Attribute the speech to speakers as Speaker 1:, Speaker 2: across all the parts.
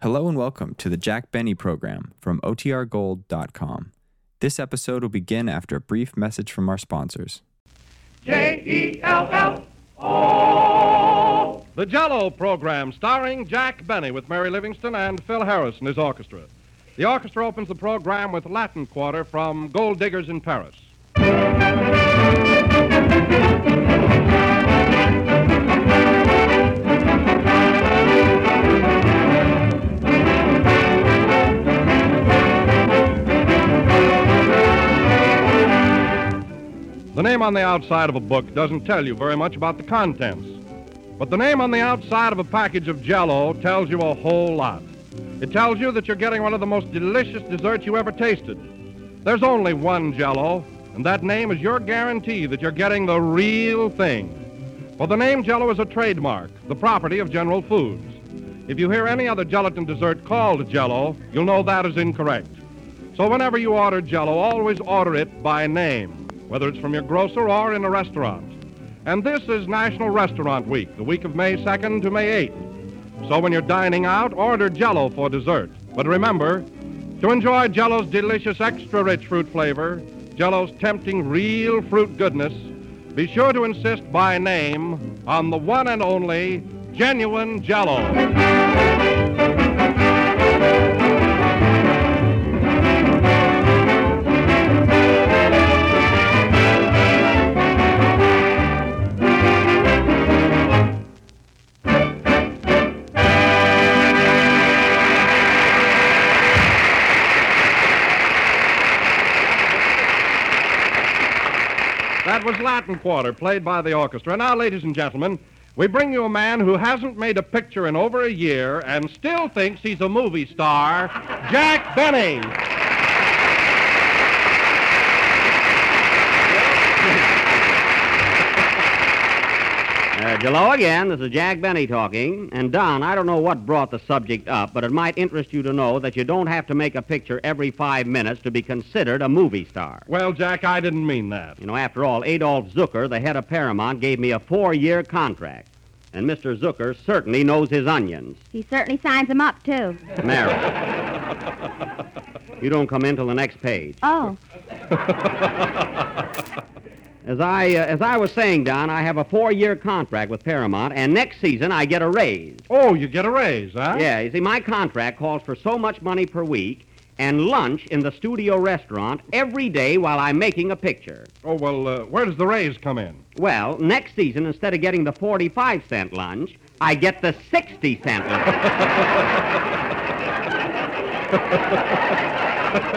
Speaker 1: Hello and welcome to the Jack Benny program from OTRGold.com. This episode will begin after a brief message from our sponsors.
Speaker 2: J E L L O.
Speaker 3: The Jello program, starring Jack Benny with Mary Livingston and Phil Harris and his orchestra. The orchestra opens the program with Latin Quarter from Gold Diggers in Paris. The name on the outside of a book doesn't tell you very much about the contents, but the name on the outside of a package of Jello tells you a whole lot. It tells you that you're getting one of the most delicious desserts you ever tasted. There's only one Jello, and that name is your guarantee that you're getting the real thing. For the name Jello is a trademark, the property of General Foods. If you hear any other gelatin dessert called Jello, you'll know that is incorrect. So whenever you order Jello, always order it by name, whether it's from your grocer or in a restaurant. And this is National Restaurant Week, the week of May 2nd to May 8th. So when you're dining out, order Jello for dessert. But remember, to enjoy Jello's delicious extra-rich fruit flavor, Jello's tempting real fruit goodness, be sure to insist by name on the one and only genuine Jello. That was Latin Quarter, played by the orchestra. Now, ladies and gentlemen, we bring you a man who hasn't made a picture in over a year and still thinks he's a movie star, Jack Benny.
Speaker 4: Uh, Jello again. This is Jack Benny talking. And Don, I don't know what brought the subject up, but it might interest you to know that you don't have to make a picture every five minutes to be considered a movie star.
Speaker 3: Well, Jack, I didn't mean that.
Speaker 4: You know, after all, Adolf Zucker, the head of Paramount, gave me a four-year contract, and Mr. Zucker certainly knows his onions.
Speaker 5: He certainly signs them up, too.
Speaker 4: Mary. you don't come in till the next page.
Speaker 5: Oh,
Speaker 4: As I uh, as I was saying, Don, I have a four-year contract with Paramount, and next season I get a raise.
Speaker 3: Oh, you get a raise, huh?
Speaker 4: Yeah, you see, my contract calls for so much money per week and lunch in the studio restaurant every day while I'm making a picture.
Speaker 3: Oh, well, uh, where does the raise come in?
Speaker 4: Well, next season, instead of getting the 45 cent lunch, I get the 60 cent lunch.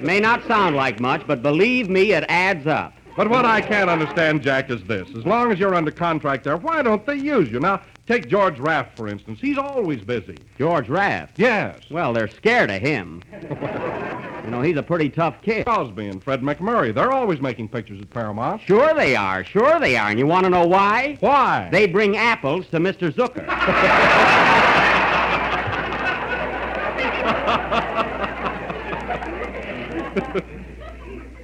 Speaker 4: May not sound like much, but believe me, it adds up.
Speaker 3: But what I can't understand, Jack, is this. As long as you're under contract there, why don't they use you? Now, take George Raft, for instance. He's always busy.
Speaker 4: George Raft.
Speaker 3: Yes.
Speaker 4: Well, they're scared of him. you know, he's a pretty tough kid.
Speaker 3: Crosby and Fred McMurray, they're always making pictures at Paramount.
Speaker 4: Sure they are. Sure they are. And you want to know why?
Speaker 3: Why?
Speaker 4: They bring apples to Mr. Zucker.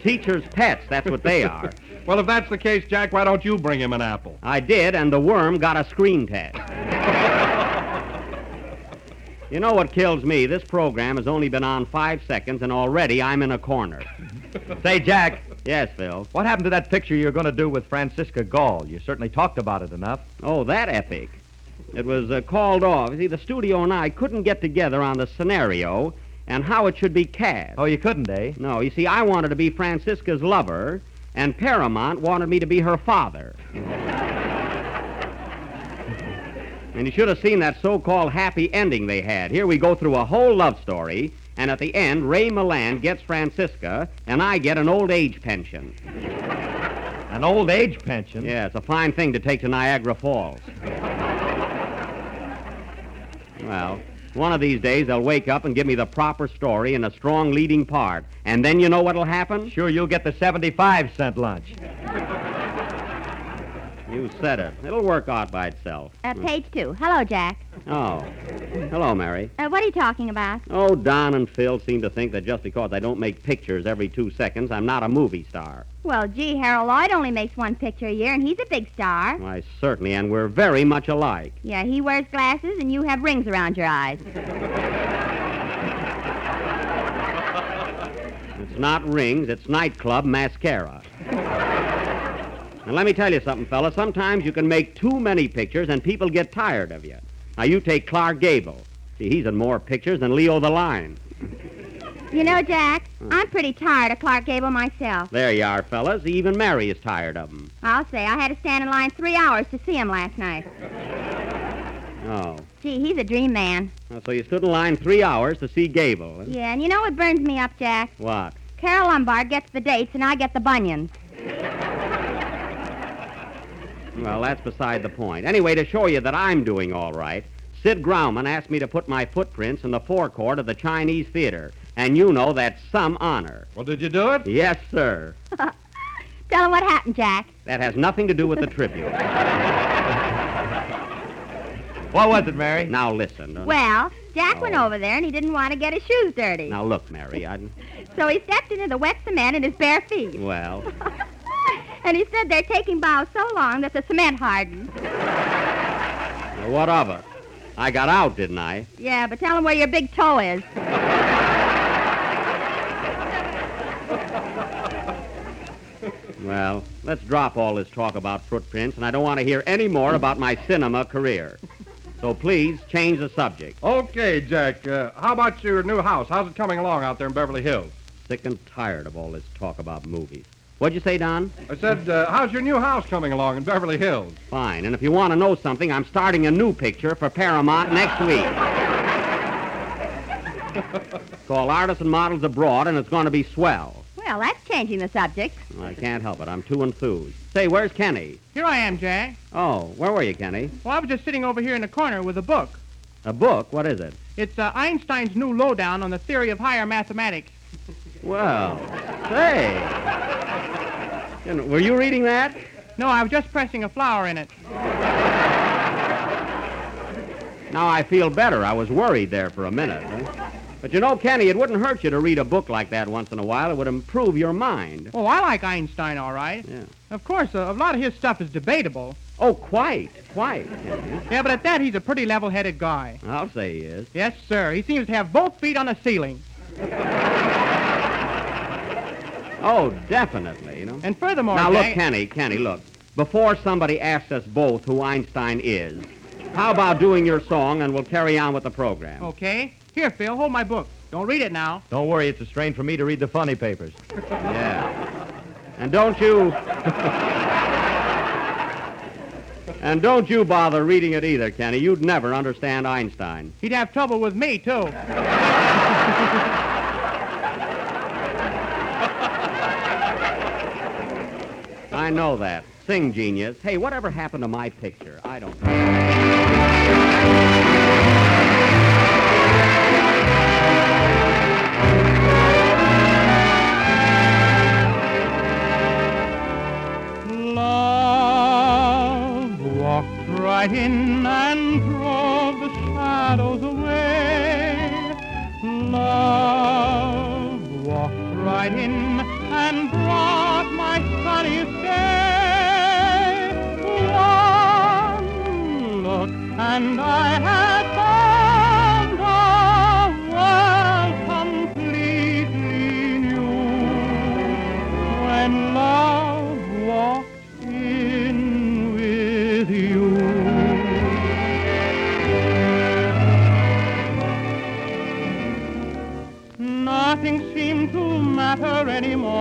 Speaker 4: Teacher's pets, that's what they are.
Speaker 3: Well, if that's the case, Jack, why don't you bring him an apple?
Speaker 4: I did, and the worm got a screen test. you know what kills me? This program has only been on five seconds, and already I'm in a corner.
Speaker 6: Say, Jack,
Speaker 4: Yes, Phil.
Speaker 6: what happened to that picture you were going to do with Francisca Gall? You certainly talked about it enough.
Speaker 4: Oh, that epic. It was uh, called off. You see, the studio and I couldn't get together on the scenario and how it should be cast.
Speaker 6: Oh, you couldn't, eh?
Speaker 4: No, you see, I wanted to be Francisca's lover, and Paramount wanted me to be her father. and you should have seen that so called happy ending they had. Here we go through a whole love story, and at the end, Ray Milan gets Francisca, and I get an old age pension.
Speaker 6: An old age pension.
Speaker 4: Yeah, it's a fine thing to take to Niagara Falls. well, one of these days they'll wake up and give me the proper story and a strong leading part. And then you know what'll happen?
Speaker 6: Sure, you'll get the 75 cent lunch.
Speaker 4: You said it. It'll work out by itself.
Speaker 5: Uh, page two. Hello, Jack.
Speaker 4: Oh. Hello, Mary.
Speaker 5: Uh, what are you talking about?
Speaker 4: Oh, Don and Phil seem to think that just because I don't make pictures every two seconds, I'm not a movie star.
Speaker 5: Well, gee, Harold Lloyd only makes one picture a year, and he's a big star.
Speaker 4: Why, certainly, and we're very much alike.
Speaker 5: Yeah, he wears glasses, and you have rings around your eyes.
Speaker 4: It's not rings, it's nightclub mascara. and let me tell you something, fella. Sometimes you can make too many pictures and people get tired of you. Now, you take Clark Gable. See, he's in more pictures than Leo the Lion.
Speaker 5: You know, Jack, I'm pretty tired of Clark Gable myself.
Speaker 4: There you are, fellas. Even Mary is tired of him.
Speaker 5: I'll say I had to stand in line three hours to see him last night.
Speaker 4: Oh.
Speaker 5: Gee, he's a dream man.
Speaker 4: Now, So you stood in line three hours to see Gable. huh?
Speaker 5: Yeah, and you know what burns me up, Jack?
Speaker 4: What?
Speaker 5: Carol Lombard gets the dates, and I get the bunions.
Speaker 4: Well, that's beside the point. Anyway, to show you that I'm doing all right, Sid Grauman asked me to put my footprints in the forecourt of the Chinese Theater. And you know that's some honor.
Speaker 3: Well, did you do it?
Speaker 4: Yes, sir.
Speaker 5: Tell him what happened, Jack.
Speaker 4: That has nothing to do with the tribute.
Speaker 6: What was it, Mary?
Speaker 4: Now listen. uh,
Speaker 5: Well, Jack went over there, and he didn't want to get his shoes dirty.
Speaker 4: Now look, Mary. I
Speaker 5: So he stepped into the wet cement in his bare feet.
Speaker 4: well,
Speaker 5: And he stood there taking bows so long that the cement hardened.
Speaker 4: now what of it? I got out, didn't I?
Speaker 5: Yeah, but tell him where your big toe is.
Speaker 4: Well, let's drop all this talk about footprints, and I don't want to hear any more about my cinema career. So please change the subject.
Speaker 3: Okay, Jack. Uh, how about your new house? How's it coming along out there in Beverly Hills?
Speaker 4: Sick and tired of all this talk about movies. What'd you say, Don?
Speaker 3: I said, uh, how's your new house coming along in Beverly Hills?
Speaker 4: Fine. And if you want to know something, I'm starting a new picture for Paramount next week. it's called Artists and Models Abroad, and it's going to be swell.
Speaker 5: Well, that's changing the subject.
Speaker 4: I can't help it. I'm too enthused. Say, where's Kenny?
Speaker 7: Here I am, Jack.
Speaker 4: Oh, where were you, Kenny?
Speaker 7: Well, I was just sitting over here in the corner with a book.
Speaker 4: A book? What is it?
Speaker 7: It's uh, Einstein's new lowdown on the theory of higher mathematics.
Speaker 4: Well, say. You know, were you reading that?
Speaker 7: No, I was just pressing a flower in it.
Speaker 4: Now I feel better. I was worried there for a minute. Huh? But you know, Kenny, it wouldn't hurt you to read a book like that once in a while. It would improve your mind.
Speaker 7: Oh, I like Einstein, all right.
Speaker 4: Yeah.
Speaker 7: Of course, uh, a lot of his stuff is debatable.
Speaker 4: Oh, quite, quite. Kenny.
Speaker 7: Yeah, but at that, he's a pretty level-headed guy.
Speaker 4: I'll say he is.
Speaker 7: Yes, sir. He seems to have both feet on the ceiling.
Speaker 4: Oh, definitely, you know.
Speaker 7: And furthermore,
Speaker 4: now,
Speaker 7: Jack,
Speaker 4: look, Kenny, Kenny, look. Before somebody asks us both who Einstein is, how about doing your song and we'll carry on with the
Speaker 7: Oh,
Speaker 4: program?
Speaker 7: Okay. Here, Phil, hold my book. Don't read it now.
Speaker 6: Don't worry, it's a strain for me to read the funny papers.
Speaker 4: Yeah. And don't you. and don't you bother reading it either, Kenny. You'd never understand Einstein.
Speaker 7: He'd have trouble with me, too.
Speaker 4: I know that. Sing, genius. Hey, whatever happened to my picture? I don't know.
Speaker 7: Love walked right in and drove the shadows away. Love walked right in and brought my sunniest day. One look and I had found a world completely new. When love walked in with you. Nothing seemed to matter anymore.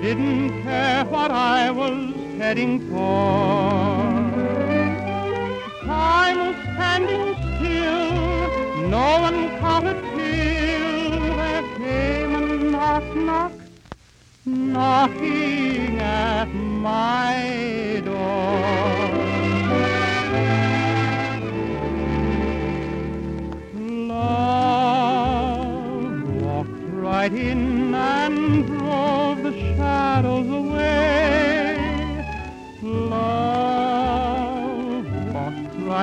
Speaker 7: Didn't care what I was heading for. Time was standing still, no one counted till there came a knock, knock knocking at my door. Love walked right in and drove the shadows away.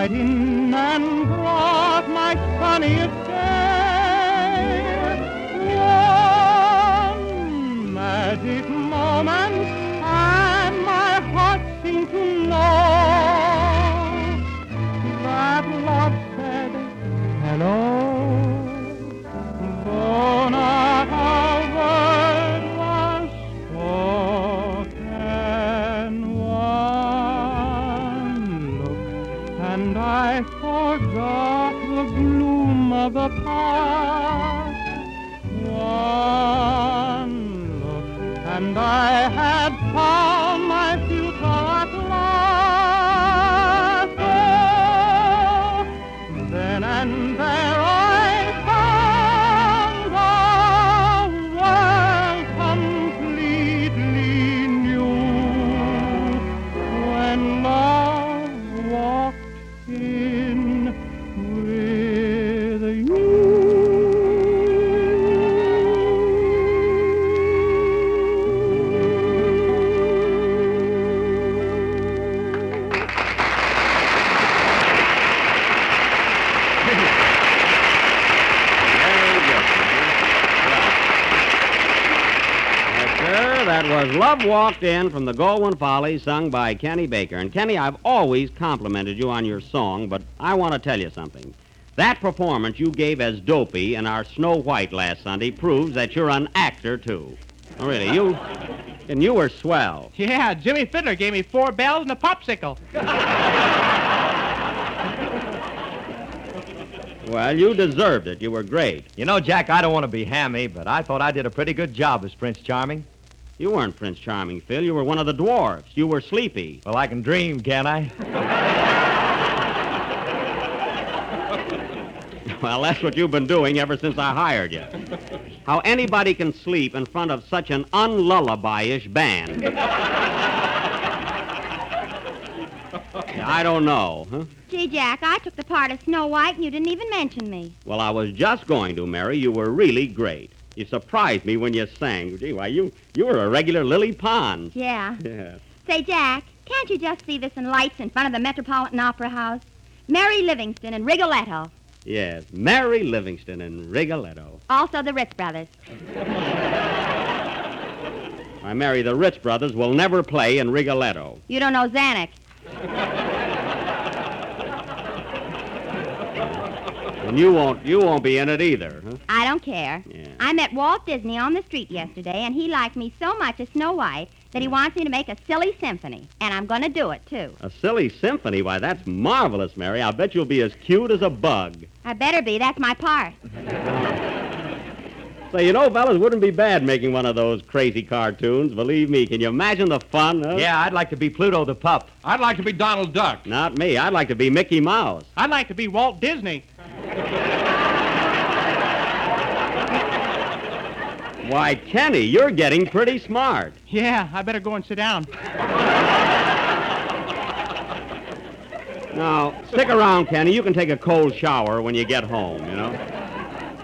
Speaker 7: and brought my sunniest day. One magic moment, and my heart seemed to know that love said hello. Though not a word was spoken, one look, and I forgot the gloom of the past. One look, and I had found my future at last. Oh, then and there I found the world completely new when love walked in with you.
Speaker 4: Very good. Yes, sir. That was Love Walked In from the Goldwyn Follies, sung by Kenny Baker. And Kenny, I've always complimented you on your song, but I want to tell you something. That performance you gave as Dopey in our Snow White last Sunday proves that you're an actor too. Oh, really, you and you were swell.
Speaker 8: Yeah, Jimmy Fiddler gave me four bells and a popsicle.
Speaker 4: Well, you deserved it. You were great.
Speaker 6: You know, Jack, I don't want to be hammy, but I thought I did a pretty good job as Prince Charming.
Speaker 4: You weren't Prince Charming, Phil. You were one of the dwarfs. You were sleepy.
Speaker 6: Well, I can dream, can I?
Speaker 4: Well, that's what you've been doing ever since I hired you. How anybody can sleep in front of such an unlullabyish band. I don't know. Huh?
Speaker 5: Gee, Jack, I took the part of Snow White and you didn't even mention me.
Speaker 4: Well, I was just going to, Mary. You were really great. You surprised me when you sang. Gee, why, you, you were a regular Lily Pond.
Speaker 5: Yeah.
Speaker 4: Yeah.
Speaker 5: Say, Jack, can't you just see this in lights in front of the Metropolitan Opera House? Mary Livingston and Rigoletto.
Speaker 4: Yes, Mary Livingston and Rigoletto.
Speaker 5: Also the Ritz Brothers.
Speaker 4: Why, Mary, the Ritz brothers will never play in Rigoletto.
Speaker 5: You don't know Zanuck.
Speaker 4: And you won't, you won't be in it either, huh?
Speaker 5: I don't care.
Speaker 4: Yeah.
Speaker 5: I met Walt Disney on the street yesterday, and he liked me so much as Snow White that he wants me to make a silly symphony. And I'm going to do it, too.
Speaker 4: A silly symphony? Why, that's marvelous, Mary. I'll bet you'll be as cute as a bug.
Speaker 5: I better be. That's my part.
Speaker 4: Say, you know, fellas, wouldn't be bad making one of those crazy cartoons. Believe me, can you imagine the fun? huh?
Speaker 6: yeah, I'd like to be Pluto the pup.
Speaker 3: I'd like to be Donald Duck.
Speaker 4: Not me. I'd like to be Mickey Mouse.
Speaker 8: I'd like to be Walt Disney.
Speaker 4: Why, Kenny, you're getting pretty smart.
Speaker 8: Yeah, I better go and sit down.
Speaker 4: Now, stick around, Kenny. You can take a cold shower when you get home, you know?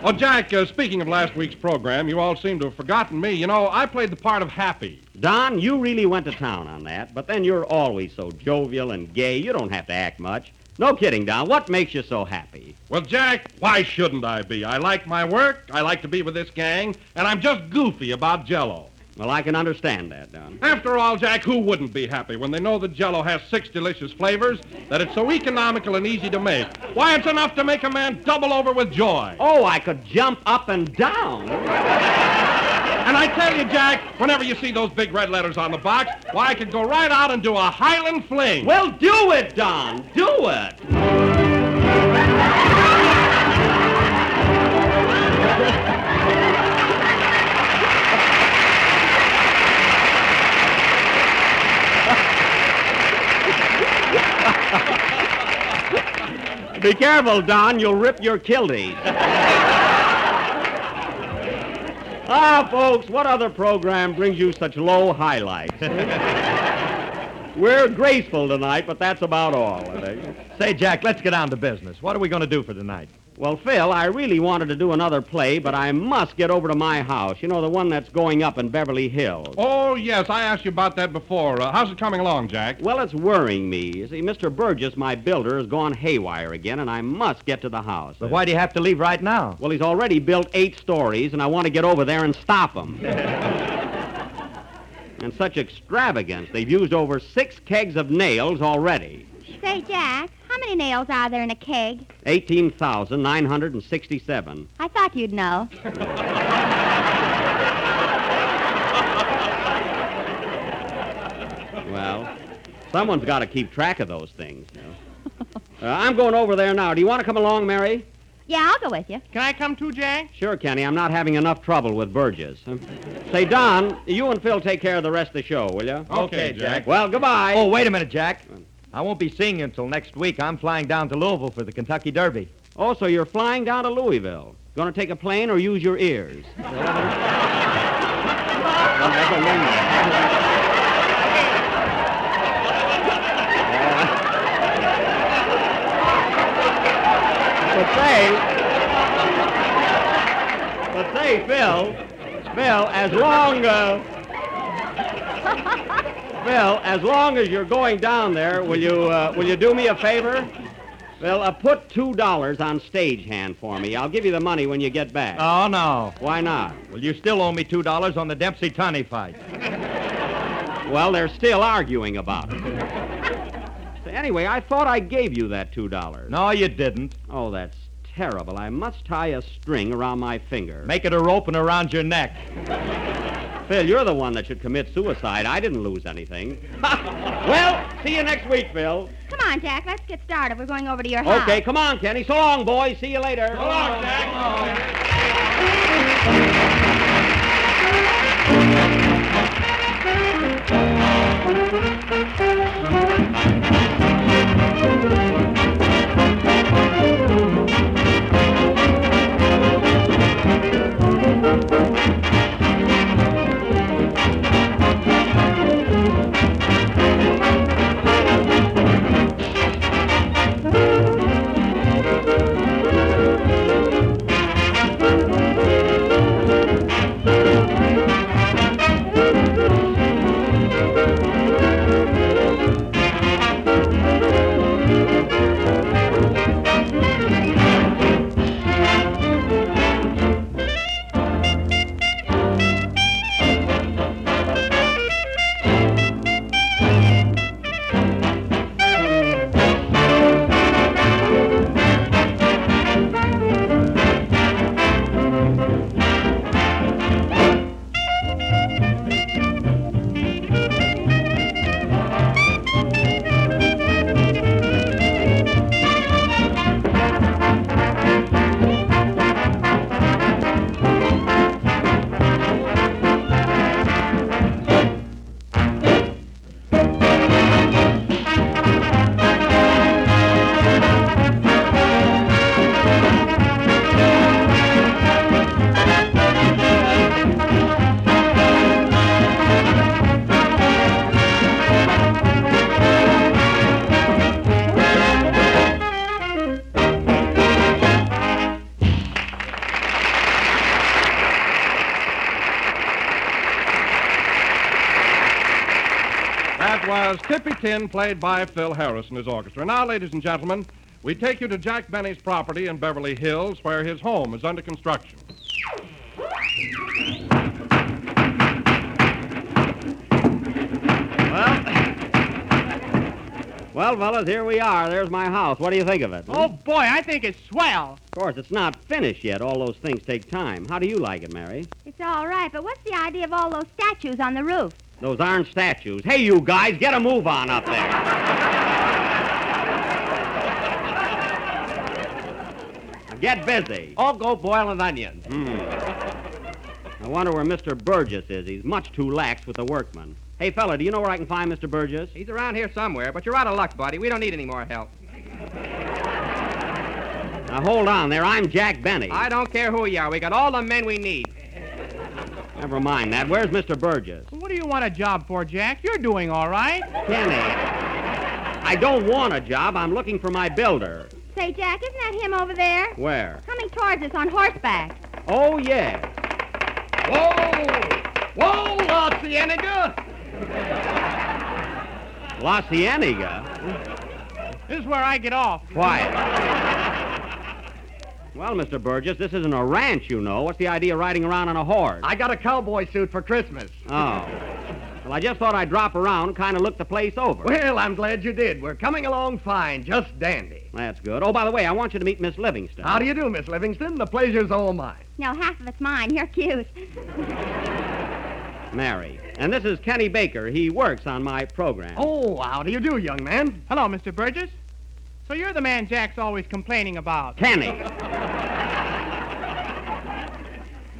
Speaker 3: Oh, Jack, uh, speaking of last week's program, you all seem to have forgotten me. You know, I played the part of Happy.
Speaker 4: Don, you really went to town on that, but then you're always so jovial and gay, you don't have to act much. No kidding, Don. What makes you so happy?
Speaker 3: Well, Jack, why shouldn't I be? I like my work, I like to be with this gang, and I'm just goofy about Jello.
Speaker 4: Well, I can understand that, Don.
Speaker 3: After all, Jack, who wouldn't be happy when they know that Jello has six delicious flavors, that it's so economical and easy to make? Why, it's enough to make a man double over with joy.
Speaker 4: Oh, I could jump up and down.
Speaker 3: And I tell you, Jack, whenever you see those big red letters on the box, why, I could go right out and do a Highland fling.
Speaker 4: Well, do it, Don. Do it. Be careful, Don. You'll rip your kiltie. ah, folks, what other program brings you such low highlights? We're graceful tonight, but that's about all, I think.
Speaker 6: Say, Jack, let's get down to business. What are we going to do for tonight?
Speaker 4: Well, Phil, I really wanted to do another play, but I must get over to my house. You know, the one that's going up in Beverly Hills.
Speaker 3: Oh, yes, I asked you about that before. Uh, how's it coming along, Jack?
Speaker 4: Well, it's worrying me. You see, Mr. Burgess, my builder, has gone haywire again, and I must get to the house.
Speaker 6: But why do you have to leave right now?
Speaker 4: Well, he's already built eight stories, and I want to get over there and stop him. and such extravagance. They've used over six kegs of nails already.
Speaker 5: Say, Jack, how many nails are there in a keg?
Speaker 4: 18,967.
Speaker 5: I thought you'd know.
Speaker 4: Well, someone's got to keep track of those things. you know. Uh, I'm going over there now. Do you want to come along, Mary?
Speaker 5: Yeah, I'll go with you.
Speaker 8: Can I come too, Jack?
Speaker 4: Sure, Kenny. I'm not having enough trouble with Burgess. Um, Say, Don, you and Phil take care of the rest of the show, will you?
Speaker 3: Okay, Jack.
Speaker 4: Well, goodbye.
Speaker 6: Oh, wait a minute, Jack. I won't be seeing you until next week. I'm flying down to Louisville for the Kentucky Derby.
Speaker 4: Oh, so you're flying down to Louisville. Going to take a plane or use your ears? But say, but say, Phil, Phil, as long, uh, Phil, as long as you're going down there, will you, uh, will you do me a favor? Phil, uh, put two dollars on stagehand for me. I'll give you the money when you get back.
Speaker 3: Uh.
Speaker 6: Oh, no.
Speaker 4: Why not?
Speaker 6: Well, you still owe me $2 on the Dempsey Tunney fight.
Speaker 4: Well, they're still arguing about it. anyway, I thought I gave you that two dollars.
Speaker 6: No, you didn't.
Speaker 4: Oh, that's terrible. I must tie a string around my finger.
Speaker 6: Make it a rope and around your neck.
Speaker 4: Phil, you're the one that should commit suicide. I didn't lose anything. well, see you next week, Phil.
Speaker 5: Come on, Jack, let's get started. We're going over to your house.
Speaker 4: Okay, come on, Kenny. So long, boys. See you later. So long,
Speaker 3: That was Tippy Tin, played by Phil Harris and his orchestra. Now, ladies and gentlemen, we take you to Jack Benny's property in Beverly Hills, where his home is under construction.
Speaker 4: Well, fellas, here we are. There's my house. What do you think of it?
Speaker 8: Oh, boy, I think it's swell.
Speaker 4: Of course, it's not finished yet. All those things take time. How do you like it, Mary?
Speaker 5: It's all right, but what's the idea of all those statues on the roof?
Speaker 4: Those iron statues. Hey, you guys, get a move on up there. Get busy.
Speaker 6: Oh, go boil an onion.
Speaker 4: I wonder where Mr. Burgess is. He's much too lax with the workmen. Hey, fella, do you know where I can find Mr. Burgess?
Speaker 9: He's around here somewhere, but you're out of luck, buddy. We don't need any more help.
Speaker 4: Now, hold on there. I'm Jack Benny.
Speaker 9: I don't care who you are. We got all the men we need.
Speaker 4: Never mind that. Where's Mr. Burgess?
Speaker 8: What do you want a job for, Jack? You're doing all right.
Speaker 4: Kenny. I don't want a job. I'm looking for my builder.
Speaker 5: Say, Say, Jack, isn't that him over there?
Speaker 4: Where?
Speaker 5: Coming towards us on horseback.
Speaker 4: Oh, yeah.
Speaker 3: Whoa! Whoa, La Cienega!
Speaker 4: La Cienega?
Speaker 7: This is where I get off.
Speaker 4: Quiet. well, Mr. Burgess, this isn't a ranch, you know. What's the idea of riding around on a horse?
Speaker 3: I got a cowboy suit for Christmas.
Speaker 4: Oh. Well, I just thought I'd drop around and kind of look the place over.
Speaker 3: Well, I'm glad you did. We're coming along fine, just dandy.
Speaker 4: That's good. Oh, by the way, I want you to meet Miss Livingston.
Speaker 3: How do you do, Miss Livingston? The pleasure's all mine.
Speaker 5: No, half of it's mine. You're cute.
Speaker 4: Mary. And this is Kenny Baker. He works on my program.
Speaker 3: Oh, how do you do, young man?
Speaker 7: Hello, Mr. Burgess. So you're the man Jack's always complaining about.
Speaker 4: Kenny.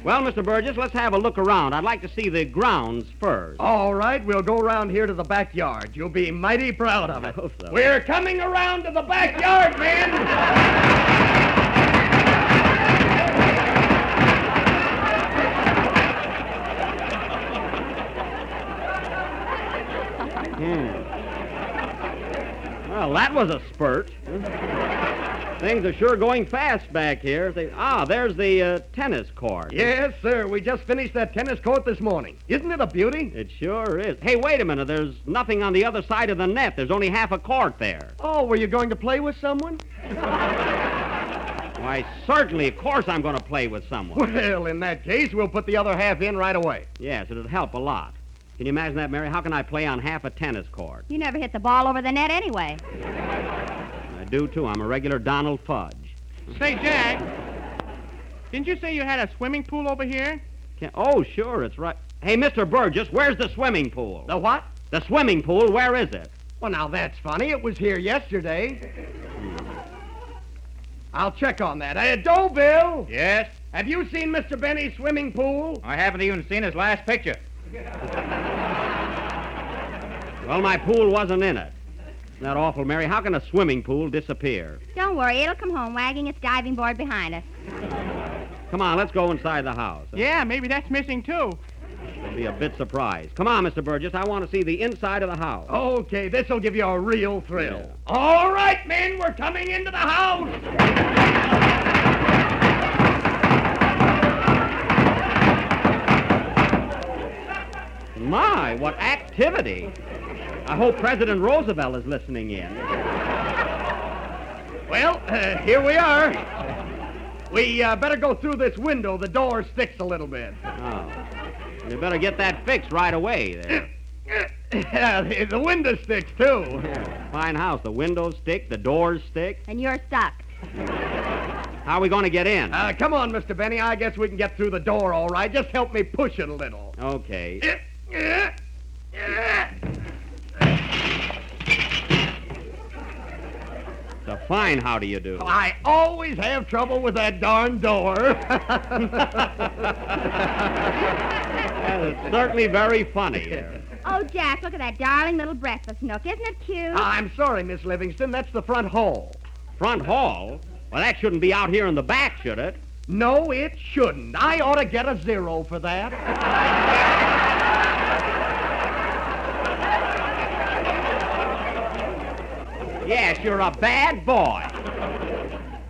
Speaker 4: well, Mr. Burgess, let's have a look around. I'd like to see the grounds first.
Speaker 3: All right, we'll go around here to the backyard. You'll be mighty proud of it.
Speaker 4: I hope so.
Speaker 3: We're coming around to the backyard, man!
Speaker 4: Well, that was a spurt. Things are sure going fast back here. They, ah, there's the uh, tennis court.
Speaker 3: Yes, sir. We just finished that tennis court this morning. Isn't it a beauty?
Speaker 4: It sure is. Hey, wait a minute. There's nothing on the other side of the net. There's only half a court there.
Speaker 3: Oh, were you going to play with someone?
Speaker 4: Why, certainly, of course I'm going to play with someone.
Speaker 3: Well, in that case, we'll put the other half in right away.
Speaker 4: yes, it'd help a lot. Can you imagine that, Mary? How can I play on half a tennis court?
Speaker 5: You never hit the ball over the net anyway.
Speaker 4: I do, too. I'm a regular Donald Fudge.
Speaker 7: Say, Jack, didn't you say you had a swimming pool over here?
Speaker 4: Can, oh, sure, it's right. Hey, Mr. Burgess, where's the swimming pool?
Speaker 3: The what?
Speaker 4: the swimming pool, where is it?
Speaker 3: Well, now that's funny. It was here yesterday. I'll check on that. Uh, Deauville,
Speaker 10: Yes?
Speaker 3: have you seen Mr. Benny's swimming pool?
Speaker 10: I haven't even seen his last picture.
Speaker 4: Well, my pool wasn't in it. Isn't that awful, Mary? How can a swimming pool disappear?
Speaker 5: Don't worry, it'll come home wagging its diving board behind us.
Speaker 4: Come on, let's go inside the house.
Speaker 7: Yeah, maybe that's missing too.
Speaker 4: I'll be a bit surprised. Come on, Mr. Burgess. I want to see the inside of the house.
Speaker 3: Okay, this'll give you a real thrill.
Speaker 4: Yeah.
Speaker 3: All right, men, we're coming into the house.
Speaker 4: My, what activity! I hope President Roosevelt is listening in.
Speaker 3: Well, uh, here we are. We uh, better go through this window. The door sticks a little bit.
Speaker 4: Oh. You better get that fixed right away there.
Speaker 3: Yeah, the the window sticks, too.
Speaker 4: Fine house. The windows stick, the doors stick.
Speaker 5: And you're stuck.
Speaker 4: How are we going to get in?
Speaker 3: Uh, come on, Mr. Benny. I guess we can get through the door all right. Just help me push it a little.
Speaker 4: okay. The fine, how do you do?
Speaker 3: I always have trouble with that darn door.
Speaker 4: That is certainly very funny. there.
Speaker 5: Oh, Jack, look at that darling little breakfast nook. Isn't it cute?
Speaker 3: I'm sorry, Miss Livingston. That's the front hall.
Speaker 4: Front hall? Well, that shouldn't be out here in the back, should it?
Speaker 3: No, it shouldn't. I ought to get a zero for that.
Speaker 4: Yes, you're a bad boy.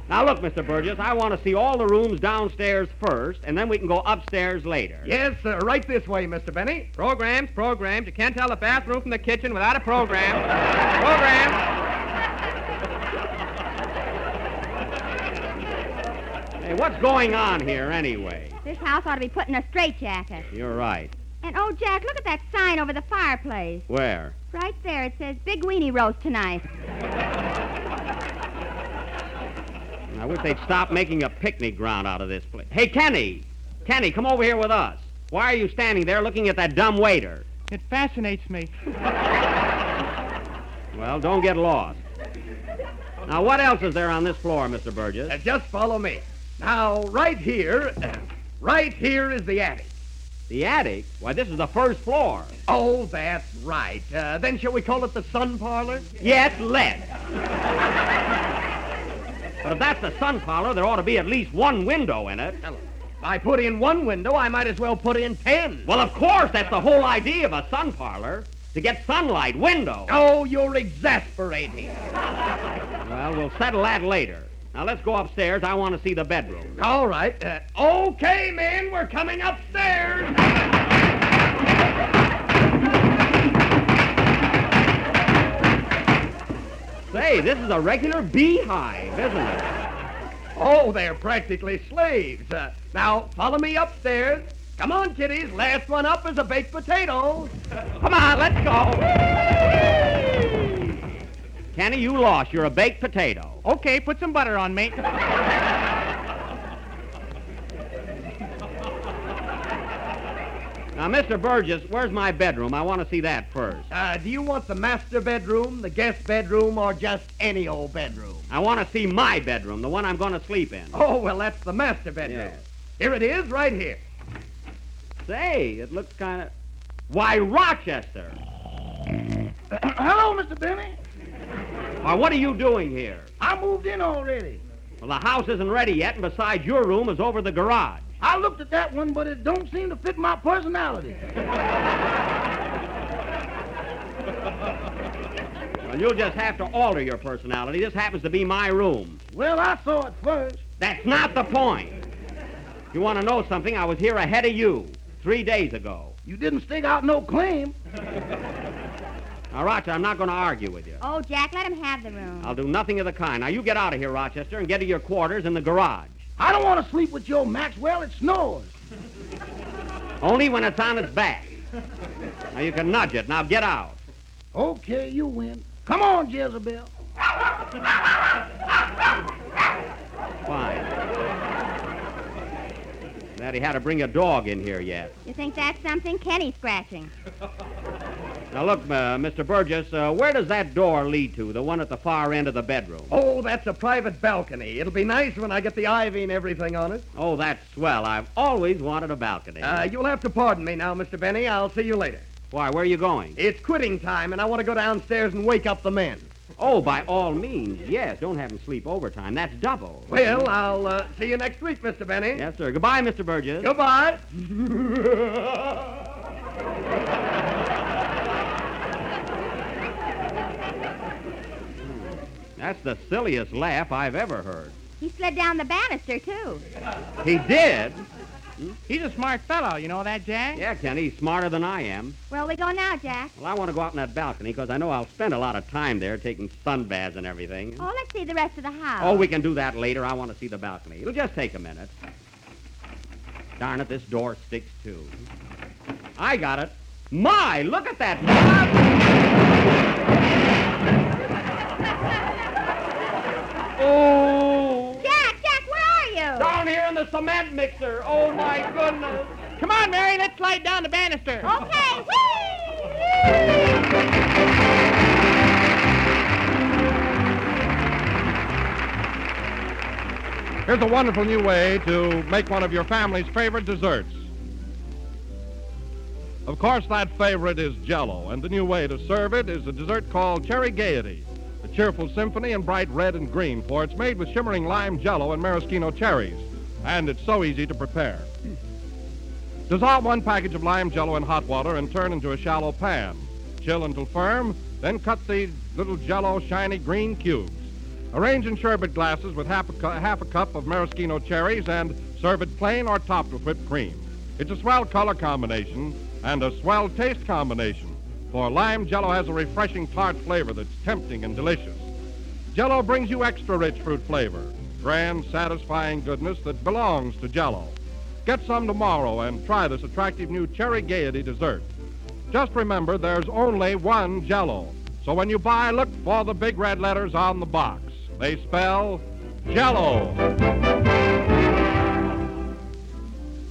Speaker 4: Now, look, Mr. Burgess, I want to see all the rooms downstairs first, and then we can go upstairs later.
Speaker 3: Yes, sir. Right this way, Mr. Benny.
Speaker 7: Programs, programs. You can't tell the bathroom from the kitchen without a program. program.
Speaker 4: Hey, what's going on here, anyway?
Speaker 5: This house ought to be put in a straitjacket.
Speaker 4: You're right.
Speaker 5: And, oh, Jack, look at that sign over the fireplace.
Speaker 4: Where?
Speaker 5: Right there, it says Big Weenie Roast tonight.
Speaker 4: I wish they'd stop making a picnic ground out of this place. Hey, Kenny! Kenny, come over here with us. Why are you standing there looking at that dumb waiter?
Speaker 7: It fascinates me.
Speaker 4: Well, don't get lost. Now, what else is there on this floor, Mr. Burgess?
Speaker 3: Uh, just follow me. Now, right here, right here is the attic.
Speaker 4: The attic? Why, this is the first floor.
Speaker 3: Oh, that's right. Uh, then shall we call it the sun parlor?
Speaker 4: Yes, let's. but if that's the sun parlor, there ought to be at least one window in it.
Speaker 3: Hello. If I put in one window, I might as well put in ten.
Speaker 4: Well, of course, that's the whole idea of a sun parlor to get sunlight window.
Speaker 3: Oh, you're exasperating.
Speaker 4: Well, Well, we'll settle that later. Now let's go upstairs. I want to see the bedroom.
Speaker 9: All right. Uh, okay, men, we're coming upstairs.
Speaker 4: Say, this is a regular beehive, isn't it?
Speaker 9: Oh, they're practically slaves. Uh, now, follow me upstairs. Come on, kiddies. Last one up is a baked potato. Come on, let's go.
Speaker 4: Kenny, you lost. You're a baked potato.
Speaker 8: Okay, put some butter on me.
Speaker 4: Now, Mr. Burgess, where's my bedroom? I want to see that first.
Speaker 9: Uh, do you want the master bedroom, the guest bedroom, or just any old bedroom?
Speaker 4: I want to see my bedroom, the one I'm going to sleep in.
Speaker 9: Oh, well, that's the master bedroom.
Speaker 4: Yes.
Speaker 9: Here it is, right here.
Speaker 4: Say, it looks kind of. Why, Rochester!
Speaker 2: Hello, Mr. Benny.
Speaker 4: Why, what are you doing here?
Speaker 2: I moved in already.
Speaker 4: Well, the house isn't ready yet, and besides, your room is over the garage.
Speaker 2: I looked at that one, but it don't seem to fit my personality.
Speaker 4: Well, you'll just have to alter your personality. This happens to be my room.
Speaker 2: Well, I saw it first.
Speaker 4: That's not the point. You want to know something? I was here ahead of you three days ago.
Speaker 2: You didn't stick out no claim.
Speaker 4: Now, Rochester, I'm not going to argue with you.
Speaker 5: Oh, Jack, let him have the room.
Speaker 4: I'll do nothing of the kind. Now, you get out of here, Rochester, and get to your quarters in the garage.
Speaker 2: I don't want to sleep with your Maxwell. It snores.
Speaker 4: Only when it's on its back. Now, you can nudge it. Now, get out.
Speaker 2: Okay, you win. Come on, Jezebel.
Speaker 4: Fine. That he had to bring a dog in here yet.
Speaker 5: You think that's something? Kenny scratching.
Speaker 4: Now, look, uh, Mr. Burgess, uh, where does that door lead to, the one at the far end of the bedroom?
Speaker 9: Oh, that's a private balcony. It'll be nice when I get the ivy and everything on it.
Speaker 4: Oh, that's swell. I've always wanted a balcony.
Speaker 9: Uh, you'll have to pardon me now, Mr. Benny. I'll see you later.
Speaker 4: Why, where are you going?
Speaker 9: It's quitting time, and I want to go downstairs and wake up the men.
Speaker 4: Oh, by all means, yes. Don't have him sleep overtime. That's double.
Speaker 9: Well, I'll uh, see you next week, Mr. Benny.
Speaker 4: Yes, sir. Goodbye, Mr. Burgess.
Speaker 9: Goodbye.
Speaker 4: That's the silliest laugh I've ever heard.
Speaker 5: He slid down the banister, too.
Speaker 4: He did?
Speaker 8: He's a smart fellow, you know that, Jack?
Speaker 4: Yeah, Kenny, he's smarter than I am.
Speaker 5: Where we go now, Jack?
Speaker 4: Well, I want to go out on that balcony because I know I'll spend a lot of time there taking sun baths and everything.
Speaker 5: Oh, let's see the rest of the house.
Speaker 4: Oh, we can do that later. I want to see the balcony. It'll just take a minute. Darn it, this door sticks too. I got it. My, look at that. oh,
Speaker 5: Jack, Jack, where are you?
Speaker 9: Down here in the cement mixer. Oh, my goodness.
Speaker 8: Come on, Mary, let's slide down the banister.
Speaker 5: Okay, whee!
Speaker 3: Here's a wonderful new way to make one of your family's favorite desserts. Of course, that favorite is Jello, and the new way to serve it is a dessert called Cherry Gaiety, a cheerful symphony in bright red and green, for it's made with shimmering lime jello and maraschino cherries, and it's so easy to prepare. Dissolve one package of lime jello in hot water and turn into a shallow pan. Chill until firm, then cut the little jello shiny green cubes. Arrange in sherbet glasses with half a, cu- half a cup of maraschino cherries and serve it plain or topped with whipped cream. It's a swell color combination and a swell taste combination, for lime jello has a refreshing tart flavor that's tempting and delicious. Jello brings you extra rich fruit flavor, grand, satisfying goodness that belongs to Jello. Get some tomorrow and try this attractive new cherry gaiety dessert. Just remember there's only one Jello. So when you buy, look for the big red letters on the box. They spell Jello.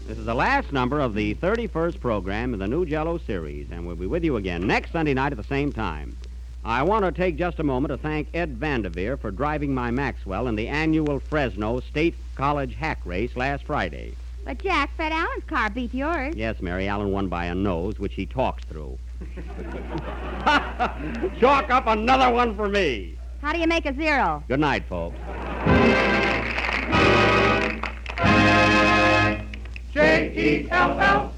Speaker 4: This is the last number of the 31st program in the new Jello series, and we'll be with you again next Sunday night at the same time. I want to take just a moment to thank Ed Vanderveer for driving my Maxwell in the annual Fresno State College hack race last Friday.
Speaker 5: But, Jack, Fred Allen's car beat yours.
Speaker 4: Yes, Mary Allen won by a nose, which he talks through. Chalk up another one for me.
Speaker 5: How do you make a zero?
Speaker 4: Good night, folks.
Speaker 2: J-E-L-L.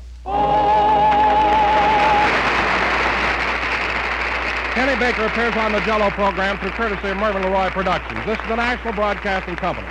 Speaker 3: Kenny, Baker appears on the Jello program through courtesy of Mervyn LeRoy Productions. This is the National Broadcasting Company.